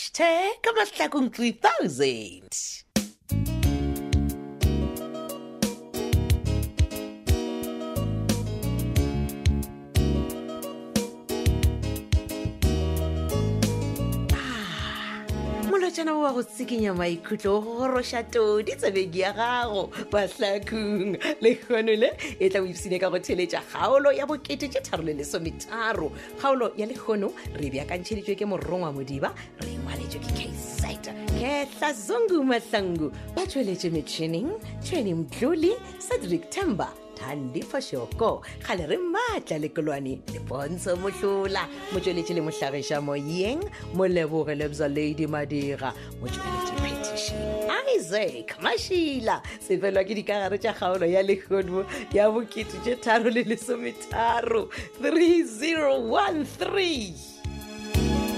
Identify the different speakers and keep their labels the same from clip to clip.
Speaker 1: hashtag amahlakong 3000 molotšana o wa go tshikinya maikutlo o gogoroša todi tsebeki ya gago mahlakong le kgono le e tla o ipsine ka go theletša kgaolo ya bokete tše tharo le lesometharo kgaolo ya lekgono re e beakantšheditšwe ke morongwa modiba re ngwaletšwe ke casite ketla zongu mahlangu ba tšweletše metšhineng tšhweni mdlole cedric tember thandi fashoko kgale re maatla lekolwane lepontsho mohlola motsweletše le mohlagiša moyeng moleboge lebza ladi madira motsweletše petition isaac mašila sefelwa ke dikagare tša kgaolo ya lekgono ya bokete tše tharo le lesometharo 3013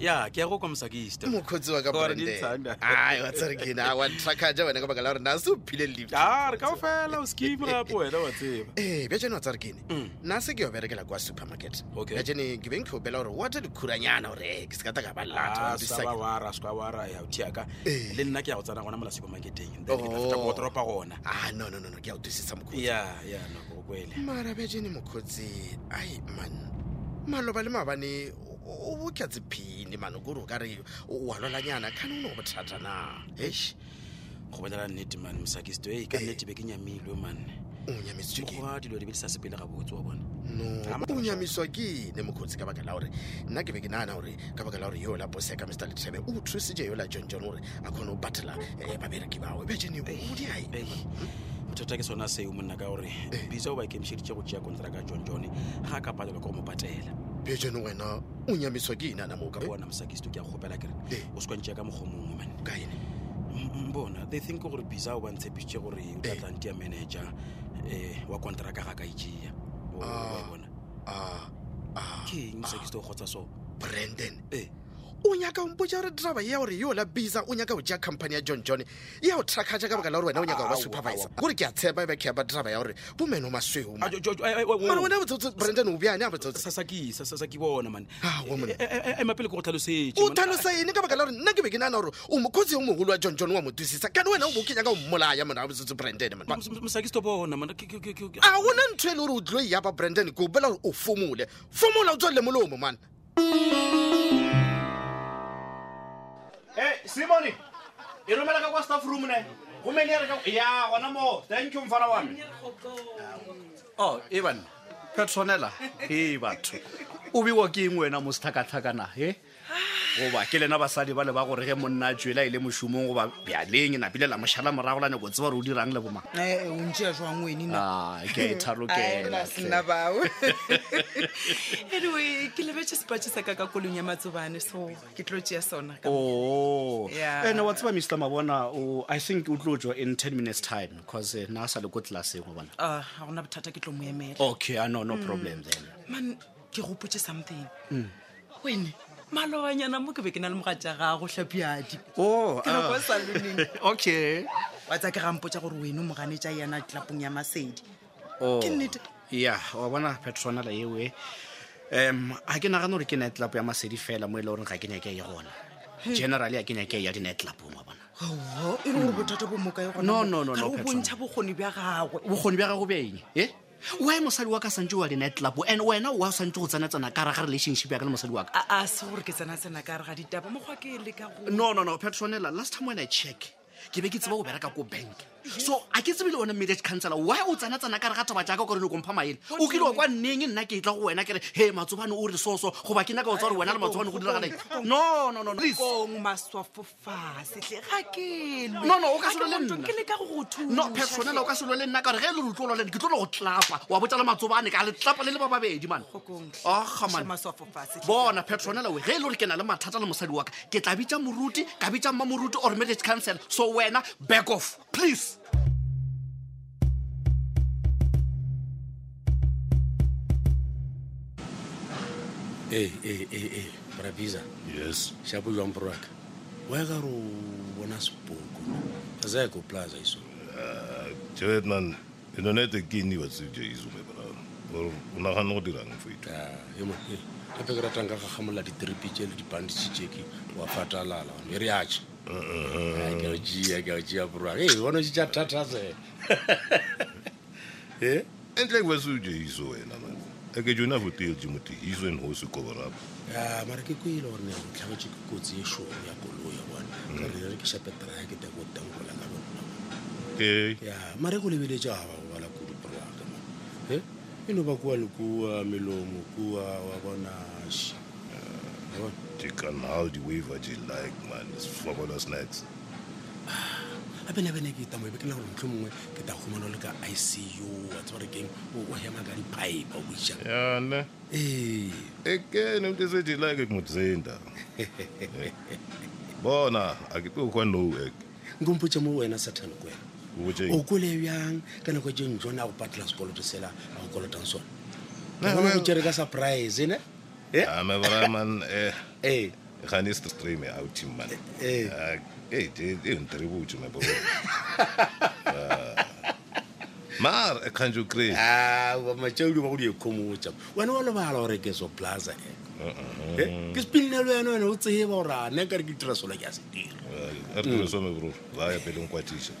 Speaker 2: ya ke ya go kwamisa ke
Speaker 3: mokgotsi wa ka
Speaker 2: Gore di
Speaker 3: Brandon.
Speaker 2: ntshana.
Speaker 3: Ai, wa tsere ke eng? Ah, wa nthaka ja wena ka baka la gore na se o phile lift
Speaker 2: istare ka fela o scheme gape wena wa tseba
Speaker 3: ee bjajane Eh, wa tsare ke ene
Speaker 2: Mm.
Speaker 3: nna se ke yo berekela kwa supermarket
Speaker 2: Okay.
Speaker 3: bjajane ke beng ke opela gore wate lekhuranyana gore eh, ke se ka ta ka ba
Speaker 2: Ah, sa ba
Speaker 3: lata
Speaker 2: wara ska wara ya o tšeaka
Speaker 3: Eh.
Speaker 2: le nna ke ya go tsena gona mola supermarketeng
Speaker 3: Oh.
Speaker 2: toropa gona
Speaker 3: a Ah, no no no no, ke a o twisisa mokgotsi
Speaker 2: ya ya nako o kwele
Speaker 3: mara bjajane mokgotsi ai man maloba le maabane o- o bokya tsephine mane kore o kare o- wa lwalanyana kgane o ne go bothata na
Speaker 2: eish go bolela nnete mane mosakisto e ka
Speaker 3: Eh.
Speaker 2: nnete be ke nyamilwe manne
Speaker 3: o nyamisitswe ke eng?
Speaker 2: mogoa dilo di be di sa sepele gabotse wa bona
Speaker 3: no
Speaker 2: Ama-
Speaker 3: o nyamiswa ke ne mokgotsi ka baka la gore nna ke be ke naana gore ka baka la gore yo la bose ka mr letebe o thusitse yo la john john gore a kgone go batela um babereki bawe bejene
Speaker 2: Eh.
Speaker 3: odiae
Speaker 2: Ei, bothata Ee, ke sona seo monna ka gore
Speaker 3: Ee.
Speaker 2: bisa o ba ikemišeditše go tšea contract ya john john ga a ka palelwa ke go mo patela
Speaker 3: bejene wena o nyamiswa ke ena namoo ka
Speaker 2: Ka bona mosakisto ke a gopela kere
Speaker 3: Eh.
Speaker 2: o se kwantšea ka mokgwa mongwe manne
Speaker 3: kaene
Speaker 2: M- m- bona they think gore bisa o bantshepišitše gore o
Speaker 3: Eh.
Speaker 2: tlatlantia manager um wa kontraka ga ka ejea
Speaker 3: Ah.
Speaker 2: bona
Speaker 3: a a
Speaker 2: ke eng mosakisto o kgotsa so
Speaker 3: brandon
Speaker 2: ee
Speaker 3: o nyaka o mpotsa gore draba ya gore yo la bisa o nyaka go jea company ya john john e ya go trakaja ka baka la gore wena o nyaka go ba
Speaker 2: Aowa,
Speaker 3: supervisor gore ke a tshepa e bekea ba draba ya gore bomeno masweo
Speaker 2: Ah,
Speaker 3: mara
Speaker 2: jo- jo- jo- ai- ai- wo- wo-
Speaker 3: wena botsotso brandon o bjane a botsotso
Speaker 2: sa- sa ke- sa- sa- sa ke bona mane Eh,
Speaker 3: Ah, wo monna.
Speaker 2: emapele ke go tlhalosetse Eh,
Speaker 3: o tlhalosa ene ka baka la gore nna ke be ke nana gore o mokgotsi o mogolo wa john john wa mo thusisa kane wena o bo kenya ka o mmolaya mona botsotso brandon man
Speaker 2: mosakisto bona mane Ke- ke- ke- ke-
Speaker 3: a gona ntho e le gore o tlilo yapa brandon ke o bela gore o fomole fomola o tswalele molomo mana
Speaker 4: Hey, Eh, simone e romela ka kwa staff room ne gomene e re ka- ya gona moo thank you mfana wa me
Speaker 5: o e banna petronela e batho o bewa ke eng wena mo sethakatlhakana e goba ke lena basadi ba le ba gore ge monna a tswela e le mošomong goba bjaleng e napile la mošhala moragolane go tseba gore o dirang le bomang
Speaker 6: Eh, o ntšea jwang wenena
Speaker 5: a ke a e itharokela hle.
Speaker 6: bao anyway ke lebetse sepatše sa ka ka kolong ya matsobane so ke tlo tšea sona ka-
Speaker 5: Oh.
Speaker 6: Yeah.
Speaker 5: ene wa tseba mr mabona o- i think o tlo tswa in ten minutes time because eh, nna a sa le ko tlelaseng wa bona
Speaker 6: Ah, ga gona bothata ke tlo mo emela
Speaker 5: okay a no no problem then
Speaker 6: man ke gopotse something wene malobanyana mo ke be ke na le mogatša gago tlhapiadi
Speaker 5: oh,
Speaker 6: ke nako e
Speaker 5: ah.
Speaker 6: saloneng
Speaker 5: okay
Speaker 6: wa tsa ke gampotsa gore wene o moganetša yana tlelapong ya masedi
Speaker 5: Oh,
Speaker 6: Ke nnete.
Speaker 5: ya wa bona petronala eo e um ga ke nagana gore ke netlapo ya masedi fela mo e le goreng ga ke nyake ya gona generally ga ke nyake ya dinetlapong wa bona
Speaker 6: oo e le gore bothata bo mokae
Speaker 5: No, no, no,
Speaker 6: ga
Speaker 5: no,
Speaker 6: o
Speaker 5: Petrona.
Speaker 6: bontšha bokgoni bja gagwe
Speaker 5: bokgoni bja gago beng e wy mosadi wa ka santse wa dinetlap and wena wa santse go tsena-tsena ka raga relationship ya ka le mosadi wa ka
Speaker 6: a a se gore ke tsena-tsena ka re ga ditaba mokgwa ke e leka go
Speaker 5: no no no petronela last time when i check ke be ke tseba go bereka ko bank so a ke tsebele one marriage councellor why o tsena-tsena ka re ga taba jaaka kore le kompha maele o kile wa kwa nneng nna ke tla go wena kere he matsobane o re soso goba ke nyaka go tsa gore wena le matsobane go diragalae no no no no, please.
Speaker 6: kong maswafo fasetle ga kelwe
Speaker 5: No, no, o ka se lwe le nna.
Speaker 6: ke leka go go
Speaker 5: no personela o ka selo le nna ka gore ge le re utlwolo lene ke tlo le go tlapa wa botsa le matsobane ka le tlapa le le ba babedi mane aga mane
Speaker 6: maswafo fasetle
Speaker 5: bona petronela we ge e le gore ke na le mathata le mosadi wa ka ke tla bitsa moruti ka bitsa mma moruti or marriage council so wena back off please
Speaker 7: ee ee ee ee bra bisa yes shapo jwang poraka wa ka re o bona sepoko azaya ko plaza iso
Speaker 8: Dude, man, enonete ke ene wa tseo jaizume brao gore o nagane go dirang e foito
Speaker 7: gape ke ratang ka gagamola ditiripi tsele dibanditšhe tseke wa fatalala mme re atšha ke o jea ke o jea borwak e bona se tša thatase e
Speaker 8: entle ke wa seo jaiso wena man e ke jone a foteeltse motehiso en go se koborapa
Speaker 7: a mara ke koile gore nea botlhagetše ke kotsi e šoo ya koloi ya bona ka re re ke shape trake ta kotangola ka lona
Speaker 8: ke
Speaker 7: ya mare go lebeletše ga ba go bala kudu borwaka ma e e no ba kua le kua melomo kua wa bona shi wa bona
Speaker 8: ke ka now di-waver je like man sfabola snacks
Speaker 7: gape Ah, le bene ke tamo ebe ke la gore motlho mongwe ke ta humanwa le ka icu wa tse gore keng o- o hema ka dipipe o boija
Speaker 8: yane
Speaker 7: ee
Speaker 8: ekene umntu esejilike kumutsinda Eh. bona akikukwa no ek
Speaker 7: nkompotse mo wena sathane ko wena
Speaker 8: ubutse
Speaker 7: o kole bjang ka nako tse njone a go patela sekoloto sela a go kolotang sone
Speaker 8: Na,
Speaker 7: ona
Speaker 8: na.
Speaker 7: o tere ka surprise ne Eh?
Speaker 8: ame braman eh
Speaker 7: ee
Speaker 8: gane streame outim man Ah,
Speaker 7: Eh.
Speaker 8: endiributsho mabo mar eh, ekhanje ukrey
Speaker 7: Ah. bamatshaudi ba go di ekhomotsa wena wa lebala gore ke so plaza e ke sepilinelo yana wena o tseba gore a nna nkare ke dira sola ke a se dira
Speaker 8: Eh, ertiresome bror vaya pele ngikwatisha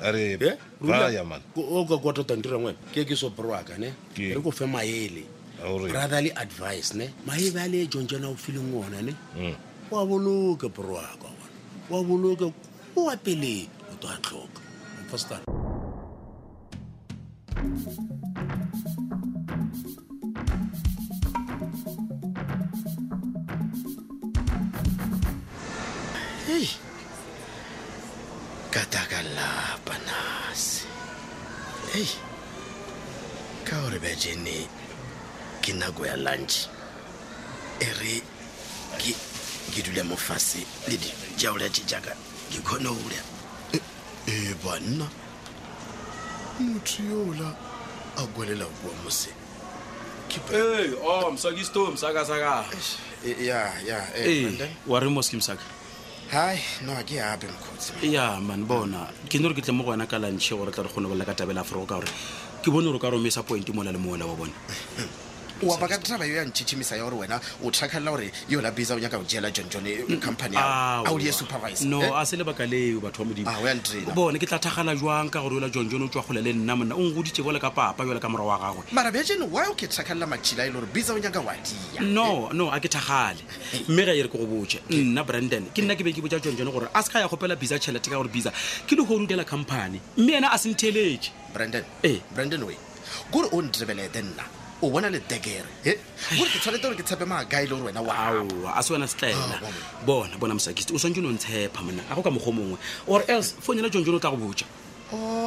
Speaker 8: are
Speaker 7: Eh? Rula-
Speaker 8: vaya man
Speaker 7: Ko- o ka kwatatangdirang wena ke ke soporwaka ne
Speaker 8: Ke.
Speaker 7: re ko fe maele
Speaker 8: Aore.
Speaker 7: brotherly advice ne maele a le jonjana o fileng ona ne
Speaker 8: Mm.
Speaker 7: wa boloke porwaka ona wa boloke koa pele o to a tlhoka Mopastan. Hey.
Speaker 5: katakalapa nase ei ka gore bajene ke nako ya lunch e re ke- ke dule mofase le dijaola tse jaaka ke kgone go ula
Speaker 3: E,
Speaker 5: ee banna motho yola a kwelela bua mose
Speaker 2: Hey, oh, msakisto, msaka saka.
Speaker 3: E, ya ya
Speaker 2: Hey, wa re moski msaka.
Speaker 3: hi no ke ape mokgotsi
Speaker 2: Ya, man bona. Ke nore ke tle mo go wena ka lunch gore tla re kgone go bolela ka tabela Afro ka gore ke bone gore o ka romisa point mola le mola wa bona.
Speaker 3: wa baka taba yo ya ntšhitšhimisa ya gore wena o thakgalela gore yola bisa o nyaka go jela john john company
Speaker 2: Aowa.
Speaker 3: ao ao die supervisor
Speaker 2: Ah, no
Speaker 3: Eh?
Speaker 2: a se lebaka leo batho ba
Speaker 3: Ah, o ya ntrena.
Speaker 2: modimo bone ke tla thagala jwang ka gore ola john john o tswa kgole le nna monna o ngoditse bole ka papa jole ka morwa wa gagwe
Speaker 3: mara bjajeno wa o ke thakgalela matšhila e le gore bisa o nyaka wa dia
Speaker 2: no no a ke thagale mme ga e re ke go botse nna brandon ke nna ke be ke botsa john john gore a se ka ya gopela bisa tšhelete ka gore bisa ke le houdela company mme ena a se ntheeletse
Speaker 3: brandon
Speaker 2: Eh.
Speaker 3: brandon we kore o ntrebelete nna o bona le dekere e gore ke tshwanete gore ke tshepe maaka e le gore wena wa
Speaker 2: aowa a se wena se tlaena bona bona mosakisti o swantse o ne o ntshepa monna a go ka mokgwa o mongwe or else fonela john john o tla go botsa
Speaker 3: o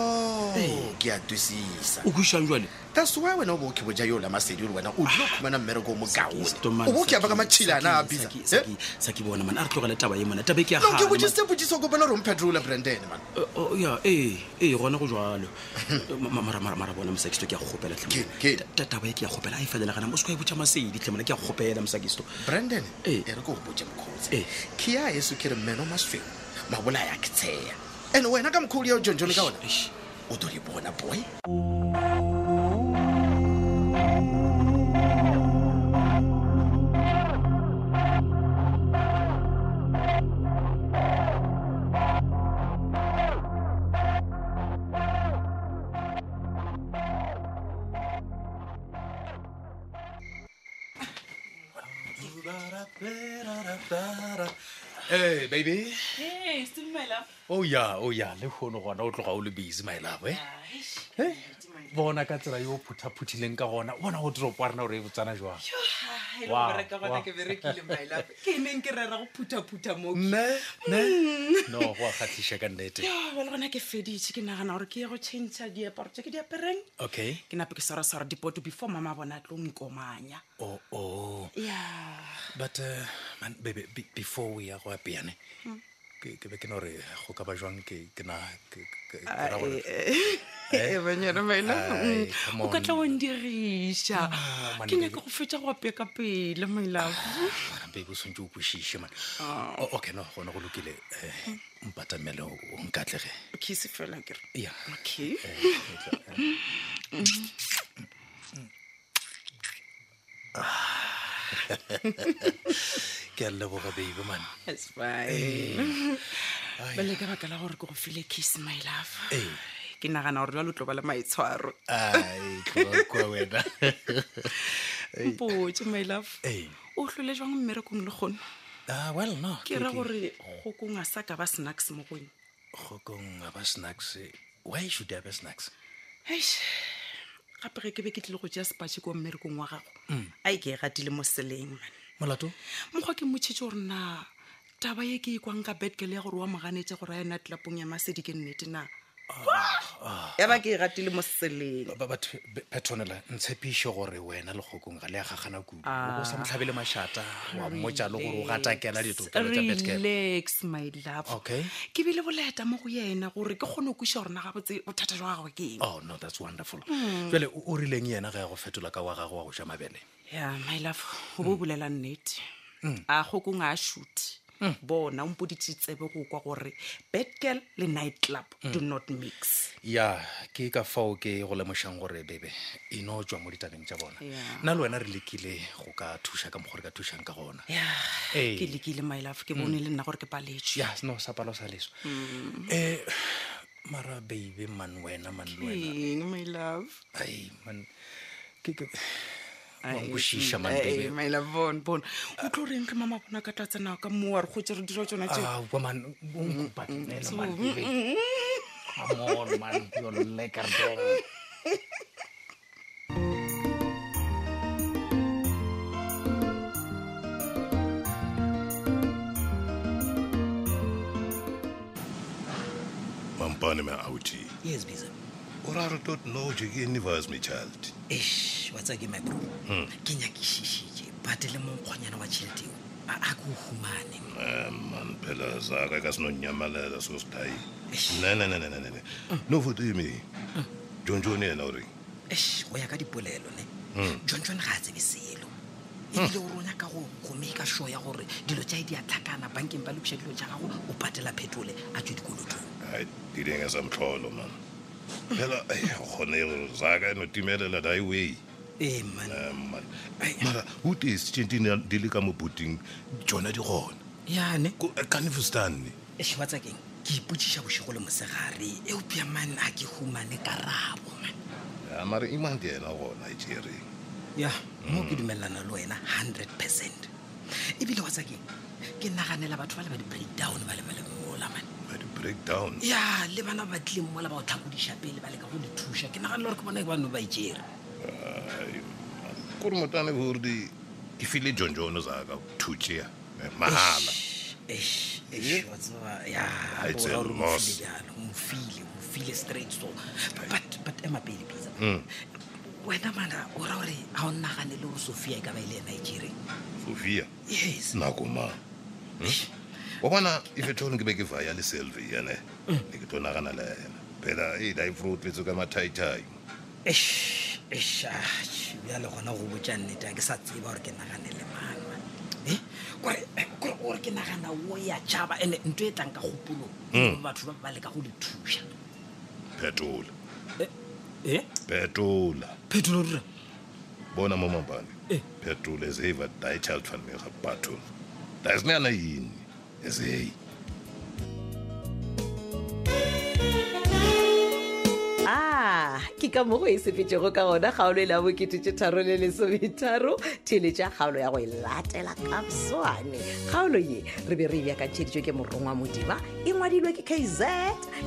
Speaker 3: Oh, ke a twisisa
Speaker 2: o khuisang jwale
Speaker 3: that's why wena o bo o ke boja yola masedi gore wena o dilo
Speaker 2: Ah.
Speaker 3: khumana mmereko o mo kaone
Speaker 2: Stomane,
Speaker 3: o bo o ke a baka
Speaker 2: Saki,
Speaker 3: matšhilana a
Speaker 2: Saki,
Speaker 3: bisa
Speaker 2: Saki,
Speaker 3: Eh?
Speaker 2: Saki, Saki bona man a re tlogele taba e mona tabe ke ya
Speaker 3: no ke
Speaker 2: kgale, man.
Speaker 3: botsitse potsiso kopela gore o mphetrola brandon man
Speaker 2: Eh, oh, ya, ee ee gona go jalo Eh, mara bona mosakisto ke a gopela
Speaker 3: Ke- ke-
Speaker 2: taba e ke ya gopela a e felela gana mo se ka e botsa masedi tlhemona ke a gopela mosakisto
Speaker 3: brandon
Speaker 2: Eh.
Speaker 3: e re ko go botse mokgotsi
Speaker 2: Eh.
Speaker 3: ke ya yesu ke re mmeno masweu mabolaya ke tsheya and wena ka mokgodi yao jonjone ka ona
Speaker 2: Eish, eish.
Speaker 3: o tlo di bona boy
Speaker 7: Hey, Eh, baby
Speaker 6: e semela
Speaker 7: o ya o ya le kgono gona o tloga o le busy my love eh? bona ka tsela yo o phuthaputhileng ka gona bona go diropo wa rena gore e botsana jwang
Speaker 6: Ah, e
Speaker 7: Wow,
Speaker 6: bereka gona
Speaker 7: wow.
Speaker 6: ke berekile mailape ke neng ke rera go phuthaphutha mo
Speaker 7: ne ne no go a kgatlhiša ka nnete
Speaker 6: ba le gona ke feditse ke nagana gore ke ye go changea diaparo tse ke di apereng
Speaker 7: okay
Speaker 6: ke nape ke sarasara dipoto before mama bona a tlo nkomanya
Speaker 7: o o
Speaker 6: ya
Speaker 7: but uh, man, baby, be, before we ya go apeane
Speaker 5: Hmm. Ah, eh,
Speaker 7: ke ke be ke no re go ka ba jwang ke ke na ke- ke- ke ra gore-
Speaker 1: banyana mena
Speaker 3: Ai,
Speaker 1: mm,
Speaker 3: Eh? come
Speaker 1: o ka
Speaker 3: on.
Speaker 1: tla o ndiriša
Speaker 3: man,
Speaker 1: ke nyake
Speaker 3: baby. Ah.
Speaker 1: go fetsa go apea ka pele mylove
Speaker 5: eh.
Speaker 3: gampebe o swantse o kwešiše man
Speaker 5: Oh.
Speaker 3: O- okay no gona go lokile um
Speaker 5: Hmm.
Speaker 3: mpatamele o nkatlege
Speaker 1: kese fela kere
Speaker 3: ya
Speaker 1: okay
Speaker 3: Eh. ke a leboga babe man
Speaker 1: that's fine
Speaker 3: Eh.
Speaker 1: bale ka baka la gore ke go file kese mylove
Speaker 3: Ee.
Speaker 1: ke nagana gore jalo o tlo ba le maitshwaro
Speaker 3: Ah. ai tloakwa wena
Speaker 1: mpotse mylove
Speaker 3: Ee.
Speaker 1: o tlole jwang mmerekong le kgono
Speaker 3: Ah, well no
Speaker 1: ke ra gore kgokong a sa ka ba snacks mo go eng
Speaker 3: gokong a ba snacks why should a ba snacks
Speaker 1: Eish. gape ge ke be ke tlile go tšea sepatšhe ko mmerekong wa gago
Speaker 3: Mm.
Speaker 1: a e ke e gatile mo seleng man
Speaker 3: molato
Speaker 1: mokgwa ke mmotšhitše gore na taba ye ke e kwang ka bedkele ya gore wa moganetse gore a yena tlelapong ya masedi ke nnete na ya ba ke e gatile mo seleng
Speaker 3: Ba- batho be- petonela ntshepiše gore wena le kgokong ga le ya gagana kudu o bo sa motlhabele mašata wa mmotsa le gore o gatakela ditokelo tsa betcale
Speaker 1: relax my love
Speaker 3: Okay.
Speaker 1: ke bile boleta mo go yena gore ke kgone go kweša gore na gabotse bothata jwa gagwe ke eng
Speaker 3: oh no that's wonderful jale o o rileng yena ge ya go fetola ka wa gago wa go ja mabele
Speaker 1: ya my love o
Speaker 3: Mm.
Speaker 1: bo o bolela nnete a kgokong a shoot
Speaker 3: Mm.
Speaker 1: bona o mpoditse tsebe go kwa gore bedgal le night club
Speaker 3: Mm.
Speaker 1: do not mix
Speaker 3: ya ke ka fao ke go lemošang gore bebe e no tswa mo ditabeng tša bona
Speaker 1: Yeah.
Speaker 3: nna le wena re lekile go ka thuša ka mokgwa re ka thušang ka gona
Speaker 1: ya
Speaker 3: Ee. Mm.
Speaker 1: ke lekile my love ke bone le nna gore ke paletswe
Speaker 3: ya no sa palo sa leso
Speaker 1: Mm.
Speaker 3: um mara babe man wena man le wena
Speaker 1: eng my love
Speaker 3: ai man ke ke
Speaker 1: Ai,
Speaker 3: wankošiša man
Speaker 1: eh,
Speaker 3: babe
Speaker 1: eh, my love bon bon o tlo reng re mama bona ka tla tsena ka moo a re kgotse re dira tsona tseo
Speaker 3: Ah, woman, unkupatinela man babe. Come on man, you're lekker dong.
Speaker 8: mampane me outy
Speaker 5: yes bisa
Speaker 8: o ra re tot no je ke universe me child
Speaker 5: ash wa tsake my bro
Speaker 3: Mm.
Speaker 5: ke nyakešišitše but le monkgwanyana wa tšhelete eo a a ke o humane
Speaker 8: Eh, man phela zaka ka sinonyamalela so sidayi
Speaker 5: Eish.
Speaker 8: ne ne ne ne ne ne
Speaker 7: Ah.
Speaker 8: no vutimi jonjoni yena o reng
Speaker 5: ash go ya ka dipolelo ne john john ga a tsebe selo ebile o ronya ka go go make sure ya gore dilo tšae di a tlhakana bankeng ba lokisa dilo tša gago o patela phetole a tswe dikolotong
Speaker 8: hayi dilenge samhlolo man phela eh, kgone zaka enotimelela dayi way
Speaker 5: ee man
Speaker 8: Eh, man Ai, mara utesi tshintini di le ka mo booting jona di gona
Speaker 5: yane
Speaker 8: kanifustan
Speaker 5: ash wa tsakeng ke ipotsiša bošego le mosegare eupia man a ke humane karabo man
Speaker 8: mara imandi yena gona jereng
Speaker 5: ya mo
Speaker 3: Hmm.
Speaker 5: ke dumelelana le wena hundred percent ebile wa tsakeng ke naganela batho ba le ba di-breakdown ba le ba le mola man
Speaker 8: ba di-breakdown
Speaker 5: ya le bana ba tlileng mola ba go tlhakodiša pele ba leka go le thuša ke nagane le gore ke bona ke bano ba ijere
Speaker 8: kuri motane gore di ke file jonjono zaka thutšea Eh, mahala Ah, it's a loss.
Speaker 5: mofile mofile straight so but but ema pele pisa
Speaker 8: Hmm.
Speaker 5: wena mana o ra gore ga o nnaganele gore sophia e ka ba ile ena e jereng
Speaker 8: sofia
Speaker 5: yes
Speaker 8: nako ma Hmm?
Speaker 5: Eish.
Speaker 8: wa bona if at all ke be ke vaya le selvia ne ne ke tlo nagana le ena phela e difruit fetso ka mathaitai
Speaker 5: Eish, eish, ah, tjhe, bjale gona go botja nnete a ke sa tseba gore ke nagane le mangwe e kore eh, kore ore ke nagana o ya jaba and-e ntho e tlang ka kgopolong ke batho ba ba leka go le thuša
Speaker 8: phetola
Speaker 5: e
Speaker 8: phetola
Speaker 5: phetolo rura
Speaker 8: bona mo mambane
Speaker 5: Eh.
Speaker 8: phetola ezeiva die child fan mega battle daisineana yini ezeyi
Speaker 9: a ke ka mo go e sepetsego ka gona kgaolo e la bokete tse tharo le lesometharo theletša kgaolo ya go e latela kapswane kgaolo ye re be re ebjakantšheditšwe ke morongwa modima e ngwadilwe ke kz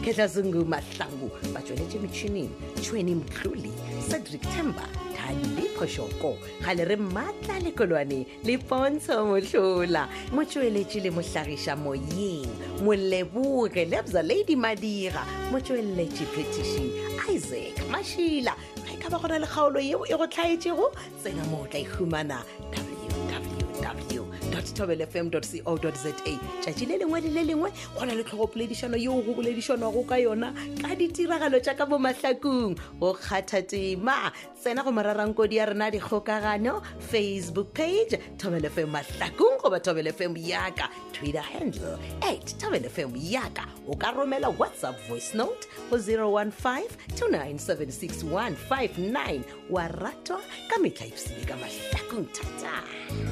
Speaker 9: ketlhasengu mahlangu ba tsweletše metšhining tšhweni mtlole cedric tember tadipošoko gale re maatla lekolwane le pontsho mohlola motsweletši le mohlagiša moyeng moleboge lebza lady madira motsweletši petition isaac mašila ga e ka ba gona le kgaolo yeo e go tlhaetšego tsena mo o tla e humana www
Speaker 1: tobel fm co za tšatši le lengwe le le lengwe go na le tlhogopoledišano yeo go boledišanwago ka yona ka ditiragalo tša ka bo mahlakong go kgatha tema tsena go mararankodi ya rena dikgokagano facebook page tobel fm mahlakong goba tobel fm yaka twitter handle at tobel fm yaka o ka romela whatsapp voice note go 015 2976 159 wa ratwa ka metlhaipsile ka mahlakong thata